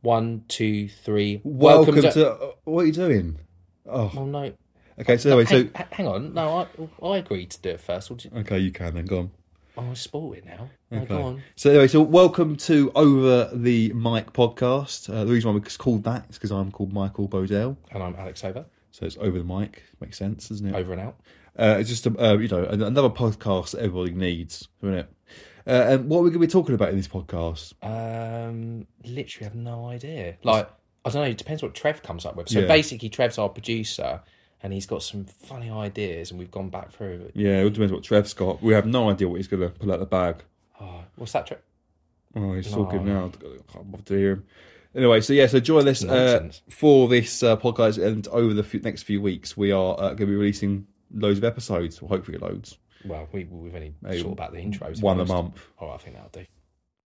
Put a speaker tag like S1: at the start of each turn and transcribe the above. S1: One, two, three.
S2: Welcome, to, uh, what are you doing? Oh,
S1: Oh no!
S2: okay. So anyway, so
S1: Hang, h- hang on. No, I I agreed to do it first. Would you?
S2: okay, you can then go on.
S1: Oh, I sport it now. No,
S2: Okay.
S1: go on.
S2: So anyway, so welcome to Over the Mic podcast. Uh, the reason why we called that is because I'm called Michael Bodell,
S1: And I'm Alex Over.
S2: so it's over the mic. Makes sense, doesn't it?
S1: Over and out.
S2: Uh, it's just a, uh, you know an- another podcast that everybody needs, isn't it? Uh, and what are we going to be talking about in this podcast?
S1: Um, literally have no idea. Like I don't know. It depends what Trev comes up with. So
S2: Yeah.
S1: basically, Trev's our producer, and he's got some funny ideas, and we've gone back through. it.
S2: Yeah, it all depends what Trev's got. We have no idea what he's going to pull out the bag.
S1: Oh, what's that? Trev?
S2: Oh, he's
S1: Oh.
S2: talking now. I can't bother to hear him. Anyway, so yeah, so join us uh,
S1: Nonsense.
S2: for this uh, podcast, and over the few, next few weeks, we are uh, going to be releasing loads of episodes, or hopefully loads,
S1: Well, we we've only thought about the intros.
S2: one a
S1: first.
S2: month.
S1: Oh, I think that'll do.